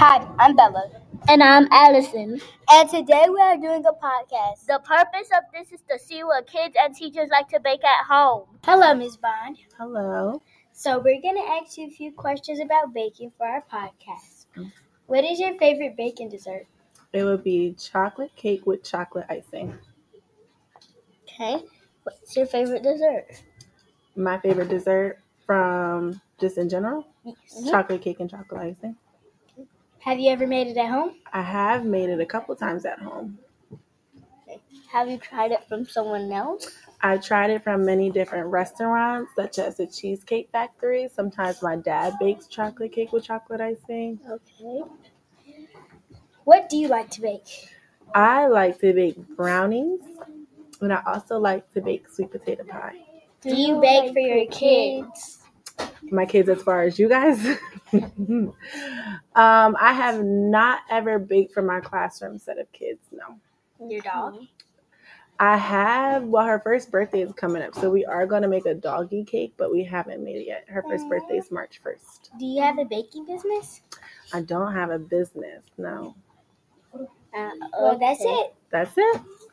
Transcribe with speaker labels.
Speaker 1: Hi, I'm Bella.
Speaker 2: And I'm Allison.
Speaker 1: And today we are doing a podcast.
Speaker 2: The purpose of this is to see what kids and teachers like to bake at home.
Speaker 1: Hello, Ms. Bond.
Speaker 3: Hello.
Speaker 1: So, we're going to ask you a few questions about baking for our podcast. What is your favorite baking dessert?
Speaker 3: It would be chocolate cake with chocolate icing.
Speaker 2: Okay. What's your favorite dessert?
Speaker 3: My favorite dessert from just in general, chocolate cake and chocolate icing.
Speaker 1: Have you ever made it at home?
Speaker 3: I have made it a couple times at home.
Speaker 2: Have you tried it from someone else?
Speaker 3: I've tried it from many different restaurants, such as the Cheesecake Factory. Sometimes my dad bakes chocolate cake with chocolate icing.
Speaker 2: Okay.
Speaker 1: What do you like to bake?
Speaker 3: I like to bake brownies, and I also like to bake sweet potato pie.
Speaker 1: Do, you bake for your kids?
Speaker 3: my kids as far as you guys. um, I have not ever baked for my classroom set of kids. No,
Speaker 1: Your dog?
Speaker 3: I have. Well, her first birthday is coming up, so we are going to make a doggy cake, but we haven't made it yet. Her first birthday is March first.
Speaker 1: Do you have a baking business?
Speaker 3: I don't have a business. No,
Speaker 2: Uh,
Speaker 1: Well, Oh, that's
Speaker 2: okay.
Speaker 1: it.
Speaker 3: that's it.